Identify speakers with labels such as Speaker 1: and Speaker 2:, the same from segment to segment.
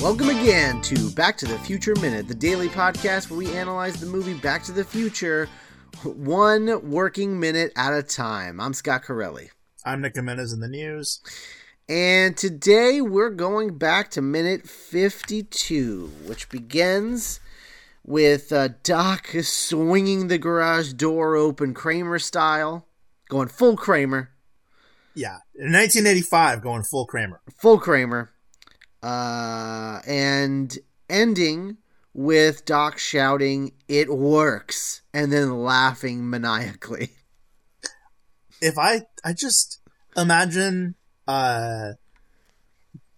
Speaker 1: Welcome again to Back to the Future Minute, the daily podcast where we analyze the movie Back to the Future one working minute at a time. I'm Scott Corelli.
Speaker 2: I'm Nick Jimenez in the news.
Speaker 1: And today we're going back to minute 52, which begins with uh, Doc swinging the garage door open Kramer style, going full Kramer,
Speaker 2: Yeah, in 1985, going full Kramer.
Speaker 1: full Kramer, uh, and ending with Doc shouting, It works, and then laughing maniacally.
Speaker 2: If I, I just imagine uh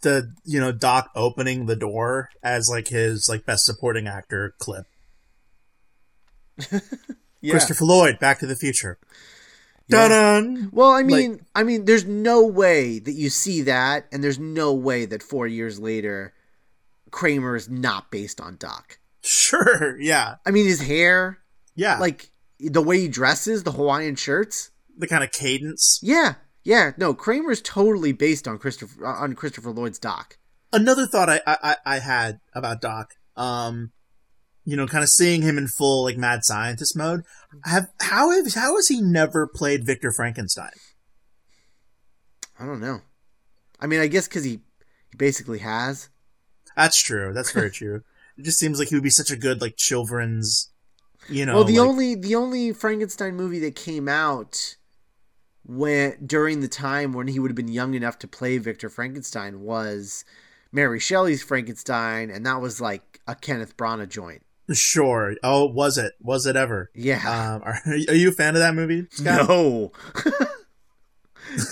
Speaker 2: the you know Doc opening the door as like his like best supporting actor clip. Christopher Lloyd, Back to the Future.
Speaker 1: Yeah.
Speaker 2: Dun
Speaker 1: Well, I mean, I mean, there's no way that you see that, and there's no way that four years later, Kramer is not based on Doc.
Speaker 2: Sure, yeah,
Speaker 1: I mean, his hair,
Speaker 2: yeah, like
Speaker 1: like the way he dresses, the Hawaiian shirts.
Speaker 2: the kind of cadence.
Speaker 1: Yeah, yeah. No, Kramer's totally based on Christopher on Christopher Lloyd's Doc.
Speaker 2: another thought I, I I- I had about Doc, um, you know, kind of seeing him in full like mad scientist mode. Have how have how has he never played Victor Frankenstein?
Speaker 1: I don't know. I mean, I guess because he, he basically has.
Speaker 2: That's true. That's very true. It just seems like he would be such a good like children's, you know.
Speaker 1: well, the
Speaker 2: like-
Speaker 1: only the only Frankenstein movie that came out when during the time when he would have been young enough to play Victor Frankenstein was Mary Shelley's Frankenstein, and that was like a Kenneth Branagh joint.
Speaker 2: sure. Oh, was it? Was it ever?
Speaker 1: Yeah.
Speaker 2: Um, are, are you a fan of that movie? Scott?
Speaker 1: no.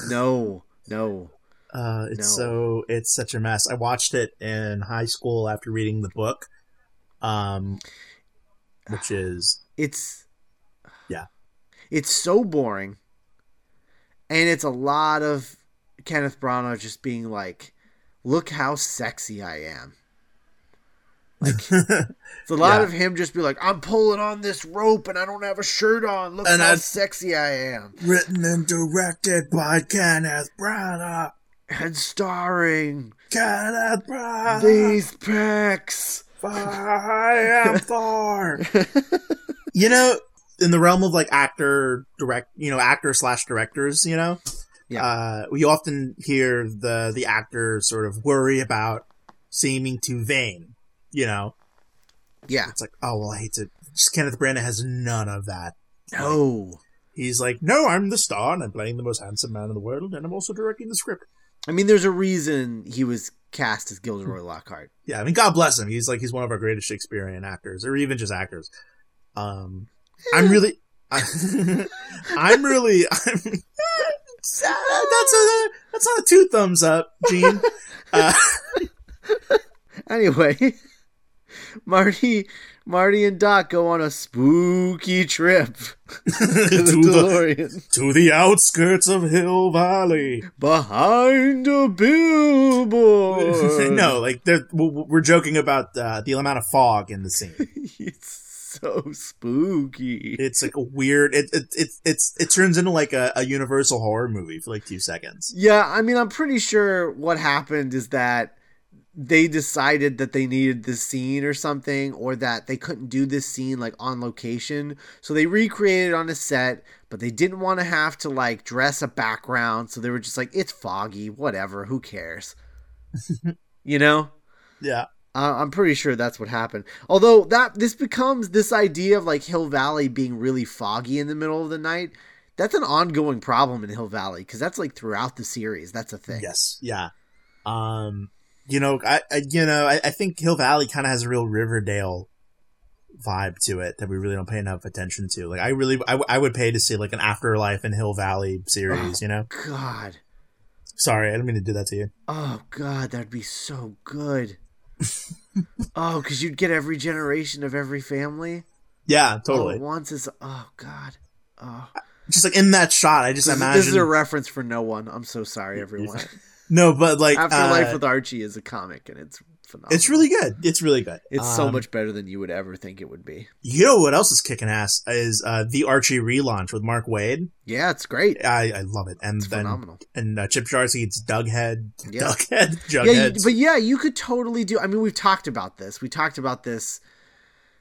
Speaker 1: no. No.
Speaker 2: Uh, it's
Speaker 1: No.
Speaker 2: so it's such a mess. I watched it in high school after reading the book, um, which is
Speaker 1: It's
Speaker 2: Yeah.
Speaker 1: It's so boring. And it's a lot of Kenneth Branagh just being like, "Look how sexy I am." It's a lot
Speaker 2: Yeah.
Speaker 1: of him just be like, "I'm pulling on this rope and I don't have a shirt on. Look
Speaker 2: And
Speaker 1: how
Speaker 2: I've-
Speaker 1: sexy I am."
Speaker 2: written and directed by Kenneth Branagh.
Speaker 1: And starring
Speaker 2: Kenneth Branagh.
Speaker 1: these pecs.
Speaker 2: I am Thor. you know, in the realm of like actor direct, you know, actor slash directors, you know,
Speaker 1: Yeah.
Speaker 2: uh, we often hear the the actor sort of worry about seeming too vain. You know,
Speaker 1: Yeah.
Speaker 2: it's like, oh well, I hate to. Just Kenneth Branagh has none of that.
Speaker 1: No.
Speaker 2: He's like, no, I'm the star, and I'm playing the most handsome man in the world, and I'm also directing the script.
Speaker 1: I mean, there's a reason he was cast as Gilderoy
Speaker 2: Hmm.
Speaker 1: Lockhart.
Speaker 2: yeah, I mean, God bless him. He's like he's one of our greatest Shakespearean actors, or even just actors. Um, I'm really, I, am really, I'm, that's a, that's not a two thumbs up, Gene. Uh,
Speaker 1: Anyway, Marty, Marty and Doc go on a spooky trip
Speaker 2: to,
Speaker 1: to the
Speaker 2: the,
Speaker 1: DeLorean
Speaker 2: to the outskirts of Hill Valley.
Speaker 1: behind a billboard.
Speaker 2: no, like they're, w- we're joking about uh, the amount of fog in the scene.
Speaker 1: it's so spooky.
Speaker 2: It's like a weird. It it it it's, it turns into like a, a Universal horror movie for like two seconds.
Speaker 1: Yeah, I mean, I'm pretty sure what happened is that they decided that they needed this scene or something, or that they couldn't do this scene like on location. So they recreated it on a set, but they didn't want to have to like dress a background. So they were just like, it's foggy, whatever, who cares? you know?
Speaker 2: Yeah,
Speaker 1: Uh, I'm pretty sure that's what happened. Although that this becomes this idea of like Hill Valley being really foggy in the middle of the night. That's an ongoing problem in Hill Valley because that's like throughout the series. That's a thing.
Speaker 2: Yes. Yeah. Um, you know, I, I you know, I, I think Hill Valley kind of has a real Riverdale vibe to it that we really don't pay enough attention to. Like, I really, I, w- I would pay to see like an Afterlife and Hill Valley series. You know,
Speaker 1: God.
Speaker 2: sorry, I didn't mean to do that to you.
Speaker 1: Oh God, that'd be so good. oh, because you'd get every generation of every family.
Speaker 2: Yeah,
Speaker 1: All
Speaker 2: totally.
Speaker 1: at once is oh God. Oh,
Speaker 2: Just like in that shot, I just
Speaker 1: this,
Speaker 2: imagine
Speaker 1: this is a reference for no one. I'm so sorry, everyone.
Speaker 2: no, but like
Speaker 1: Afterlife
Speaker 2: uh,
Speaker 1: with Archie is a comic, and it's phenomenal.
Speaker 2: It's really good. It's really good.
Speaker 1: It's so
Speaker 2: Um,
Speaker 1: much better than you would ever think it would be.
Speaker 2: You know what else is kicking ass is uh, the Archie relaunch with Mark Wade.
Speaker 1: Yeah, it's great.
Speaker 2: I, I love it. And
Speaker 1: It's
Speaker 2: then
Speaker 1: phenomenal.
Speaker 2: and uh, Chip Jarsey eats Doughead.
Speaker 1: Yeah.
Speaker 2: Doughead.
Speaker 1: Yeah, you,
Speaker 2: Jughead.
Speaker 1: but yeah, you could totally do. I mean, we've talked about this. We talked about this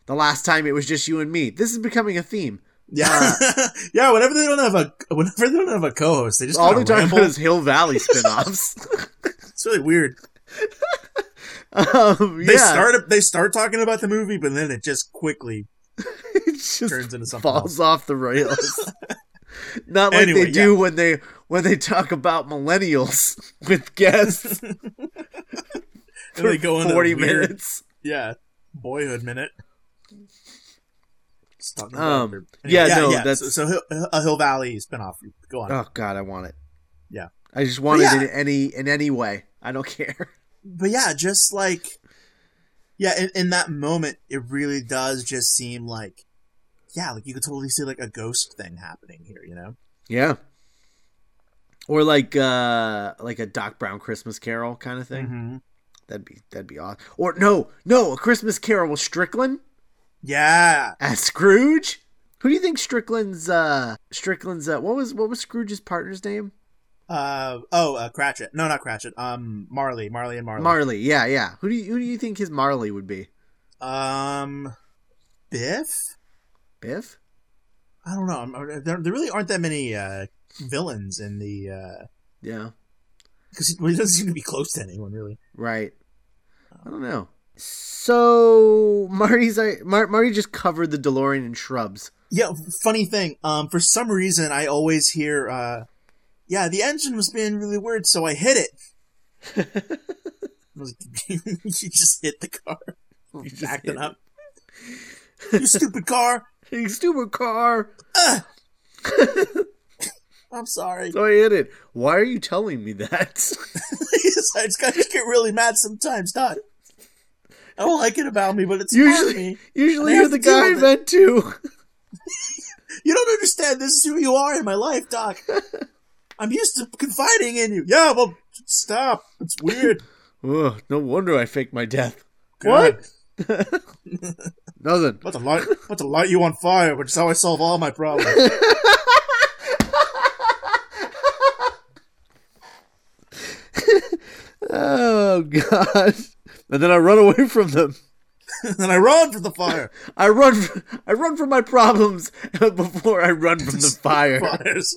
Speaker 1: the last time it was just you and me. This is becoming a theme.
Speaker 2: yeah. yeah. Whenever they don't have a whenever they don't have a co-host, they just
Speaker 1: All
Speaker 2: all
Speaker 1: we
Speaker 2: the
Speaker 1: talk
Speaker 2: ramble.
Speaker 1: about is Hill Valley spinoffs.
Speaker 2: It's really weird.
Speaker 1: um, yeah,
Speaker 2: They start they start talking about the movie, but then it just quickly
Speaker 1: it just
Speaker 2: turns into something else.
Speaker 1: falls off the rails. Not like
Speaker 2: Anyway,
Speaker 1: they do when they when they talk about millennials with guests
Speaker 2: And they go
Speaker 1: for
Speaker 2: into
Speaker 1: forty
Speaker 2: weird-
Speaker 1: minutes.
Speaker 2: Yeah, boyhood minute. Just talking
Speaker 1: Um,
Speaker 2: their-
Speaker 1: yeah, no, that's-
Speaker 2: so, so Hill, a Hill Valley spinoff. Go on.
Speaker 1: Oh God, I want it.
Speaker 2: Yeah.
Speaker 1: I just want
Speaker 2: yeah.
Speaker 1: it in any in any way. I don't care.
Speaker 2: but yeah, just like yeah, in, in that moment, it really does just seem like yeah, like you could totally see like a ghost thing happening here, you know?
Speaker 1: Yeah. Or like uh like a Doc Brown Christmas Carol kind of thing.
Speaker 2: Mm-hmm.
Speaker 1: That'd be that'd be awesome. Or no, no, a Christmas Carol with Strickland
Speaker 2: Yeah,
Speaker 1: as Scrooge. Who do you think Strickland's uh Strickland's uh what was what was Scrooge's partner's name?
Speaker 2: uh, oh, uh, Cratchit. No, not Cratchit. Um, Marley, Marley, and Marley.
Speaker 1: Marley. Yeah, yeah. Who do you who do you think his Marley would be?
Speaker 2: um, Biff.
Speaker 1: Biff?
Speaker 2: I don't know. I'm- There, there really aren't that many uh, villains in the. Uh,
Speaker 1: Yeah.
Speaker 2: because he, well, he doesn't seem to be close to anyone really.
Speaker 1: Right.
Speaker 2: Oh.
Speaker 1: I don't know. So Marty's I Mar- Marty just covered the DeLorean in shrubs.
Speaker 2: Yeah, funny thing. Um, for some reason, I always hear, uh, yeah, the engine was being really weird, so I hit it. I was like, you just hit the car. You
Speaker 1: Just
Speaker 2: backed it
Speaker 1: hit
Speaker 2: up. you stupid car.
Speaker 1: Hey, stupid car.
Speaker 2: Ugh. I'm sorry.
Speaker 1: So I hit it. Why are you telling me that?
Speaker 2: I just gotta get really mad sometimes, Todd. I don't like it about me, but it's
Speaker 1: Usually-
Speaker 2: usually me.
Speaker 1: Usually
Speaker 2: I
Speaker 1: you're
Speaker 2: have
Speaker 1: the
Speaker 2: to deal
Speaker 1: guy I
Speaker 2: with it.
Speaker 1: meant to.
Speaker 2: You don't understand. This is who you are in my life, Doc. I'm used to confiding in you. Yeah, well, stop. It's weird.
Speaker 1: Ugh, no wonder I faked my death.
Speaker 2: God,
Speaker 1: Nothing.
Speaker 2: About to light, about to light you on fire, which is how I solve all my problems.
Speaker 1: Oh god. And then I run away from them.
Speaker 2: and then I run for the fire.
Speaker 1: I run. f I I run from my problems before I run from the fire.
Speaker 2: Fires.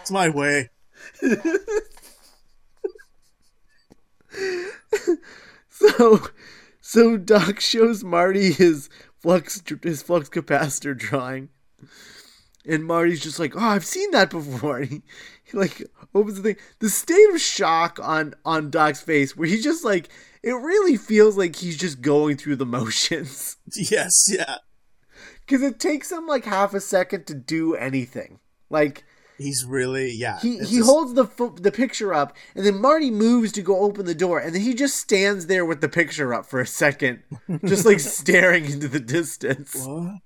Speaker 2: it's my way.
Speaker 1: So, so Doc shows Marty his flux his flux capacitor drawing, and Marty's just like, "Oh, I've seen that before." And he, he like opens the thing. The state of shock on on Doc's face, where he just like it really feels like he's just going through the motions
Speaker 2: Yes, yeah.
Speaker 1: because it takes him like half a second to do anything. Like
Speaker 2: He's really, yeah.
Speaker 1: he
Speaker 2: it's
Speaker 1: he
Speaker 2: just-
Speaker 1: holds the fo- the picture up, and then Marty moves to go open the door, and then he just stands there with the picture up for a second, just like staring into the distance.
Speaker 2: What?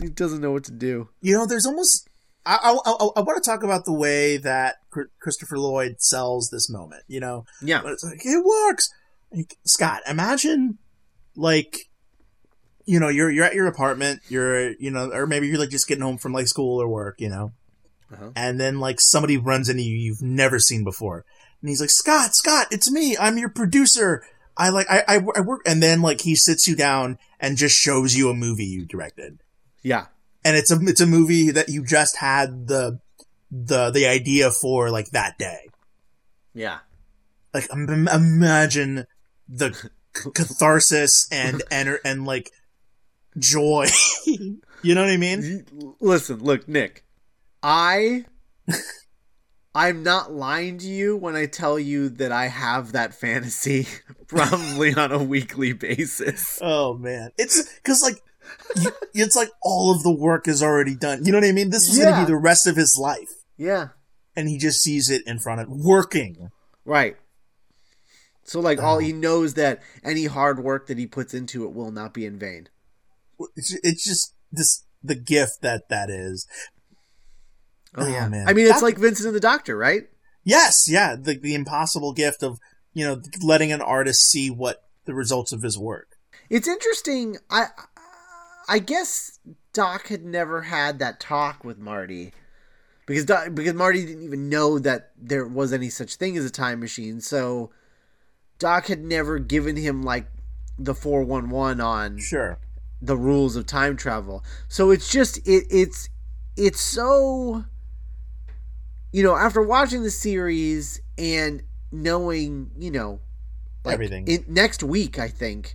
Speaker 1: He doesn't know what to do.
Speaker 2: You know, there's almost. I, I, I, I want to talk about the way that Chr- Christopher Lloyd sells this moment, you know?
Speaker 1: Yeah,
Speaker 2: But it's like it works. Like, Scott, imagine like you know you're you're at your apartment, you're you know, or maybe you're like just getting home from like school or work, you know,
Speaker 1: Uh-huh.
Speaker 2: and then like somebody runs into you you've never seen before, and he's like, Scott, Scott, it's me, I'm your producer. I like I, I I work, and then like he sits you down and just shows you a movie you directed,
Speaker 1: yeah,
Speaker 2: and it's a it's a movie that you just had the the the idea for like that day
Speaker 1: yeah.
Speaker 2: like im- im- imagine the c- catharsis and and and like joy. you know what I mean?
Speaker 1: Listen, look, Nick, I. I'm not lying to you when I tell you that I have that fantasy probably on a weekly basis.
Speaker 2: Oh man, it's because like you, it's like all of the work is already done. You know what I mean? This is
Speaker 1: Yeah.
Speaker 2: gonna be the rest of his life,
Speaker 1: Yeah.
Speaker 2: and he just sees it in front of working.
Speaker 1: Right. So like all he knows that any hard work that he puts into it will not be in vain.
Speaker 2: It's, it's just this the gift that that is. Oh, man.
Speaker 1: I mean it's
Speaker 2: That-
Speaker 1: like Vincent and the Doctor, right?
Speaker 2: Yes, yeah, the the impossible gift of you know letting an artist see what the results of his work.
Speaker 1: It's interesting. I I guess Doc had never had that talk with Marty because Doc, because Marty didn't even know that there was any such thing as a time machine. So Doc had never given him like the 411 on
Speaker 2: Sure.
Speaker 1: the rules of time travel. So it's just it it's it's so you know, after watching the series and knowing, you know, like
Speaker 2: Everything.
Speaker 1: in, next week I think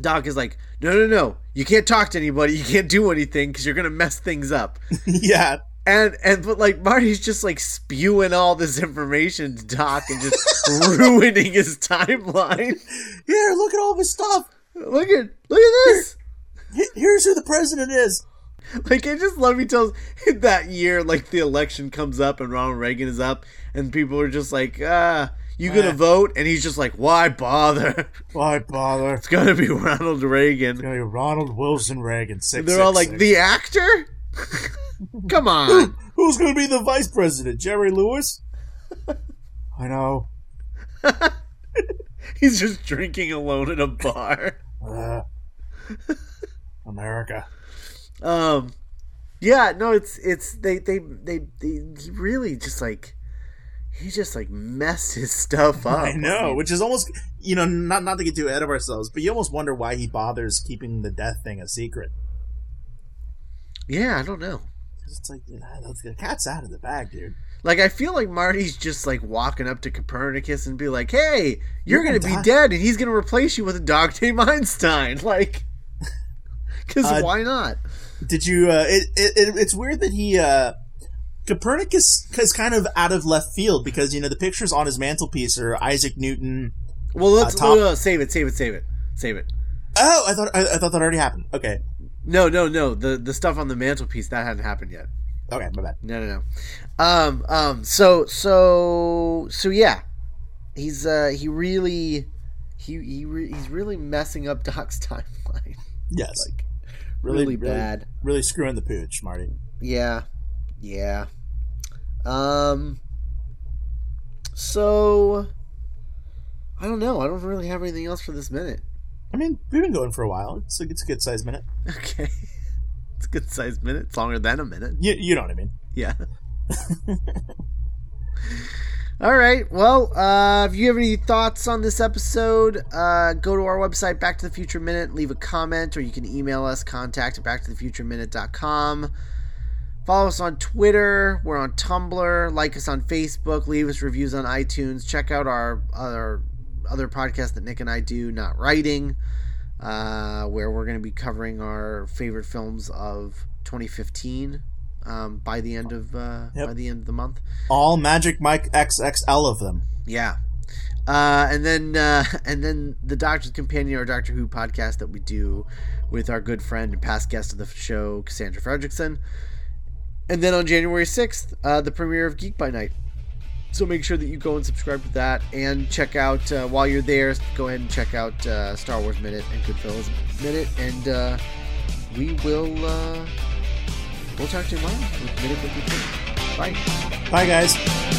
Speaker 1: Doc is like, "No, no, no. You can't talk to anybody. You can't do anything cuz you're going to mess things up."
Speaker 2: yeah.
Speaker 1: And and but like Marty's just like spewing all this information to Doc and just ruining his timeline.
Speaker 2: Here, look at all this stuff.
Speaker 1: Look at look at this.
Speaker 2: He- Here's who the president is.
Speaker 1: Like I just love he tells that year like the election comes up and Ronald Reagan is up and people are just like, ah, you gonna
Speaker 2: Eh.
Speaker 1: vote? And he's just like, why bother?
Speaker 2: Why bother?
Speaker 1: It's gonna be Ronald Reagan.
Speaker 2: Gonna be Ronald Wilson Reagan. Six,
Speaker 1: And they're all
Speaker 2: six,
Speaker 1: like,
Speaker 2: six.
Speaker 1: the actor? Come on.
Speaker 2: Who's going to be the vice president? Jerry Lewis? I know.
Speaker 1: he's just drinking alone in a bar.
Speaker 2: Uh, America.
Speaker 1: Um Yeah, no, it's it's they they they, they he really just like he just like messed his stuff up.
Speaker 2: I know, which is almost, you know, not not to get too ahead of ourselves, but you almost wonder why he bothers keeping the death thing a secret.
Speaker 1: Yeah, I don't know.
Speaker 2: 'Cause It's like, ah, the cat's out of the bag, dude.
Speaker 1: Like I feel like Marty's just like walking up to Copernicus and be like, "Hey, you're,
Speaker 2: You're
Speaker 1: gonna,
Speaker 2: gonna
Speaker 1: be
Speaker 2: die."
Speaker 1: dead, and he's gonna replace you with a dog named Einstein." Like, because
Speaker 2: Uh,
Speaker 1: why not?
Speaker 2: Did you? Uh, it, it, it it's weird that he uh, Copernicus is kind of out of left field because you know the pictures on his mantelpiece are Isaac Newton.
Speaker 1: Well, let's oh,
Speaker 2: uh, Tom-
Speaker 1: no, no, save it, save it, save it, save it.
Speaker 2: Oh, I thought I, I thought that already happened. Okay,
Speaker 1: No, no, no. The the stuff on the mantelpiece that hadn't happened yet.
Speaker 2: okay, my bad.
Speaker 1: No, no, no. Um, um. So, so, so yeah. He's uh, he really, he he re- he's really messing up Doc's timeline.
Speaker 2: Yes,
Speaker 1: Like, Really, bad.
Speaker 2: really, really screwing the pooch, Marty.
Speaker 1: Yeah. Yeah. Um so I don't know. I don't really have anything else for this minute.
Speaker 2: I mean, we've been going for a while. It's a, it's a good size minute.
Speaker 1: Okay. It's a good sized minute. It's longer than a minute.
Speaker 2: You you know what I mean?
Speaker 1: Yeah. All right. Well, uh, if you have any thoughts on this episode, uh, go to our website, Back to the Future Minute, leave a comment, or you can email us, contact at backtothefutureminute.com. Follow us on Twitter. We're on Tumblr. Like us on Facebook. Leave us reviews on iTunes. Check out our other other podcast that Nick and I do, Not Writing, uh, where we're going to be covering our favorite films of 2015 um, by the end of uh,
Speaker 2: Yep.
Speaker 1: by the end of the month.
Speaker 2: All Magic Mike XXL of them.
Speaker 1: Yeah. Uh, and then uh, and then the Doctor's Companion, our Doctor Who podcast that we do with our good friend and past guest of the show, Cassandra Fredrickson. And then on January 6th, uh, the premiere of Geek by Night. So make sure that you go and subscribe to that and check out, uh, while you're there, go ahead and check out uh, Star Wars Minute and Goodfellas Minute. And uh, we will uh, we'll talk to you tomorrow with Minute 53. Bye.
Speaker 2: Bye, guys.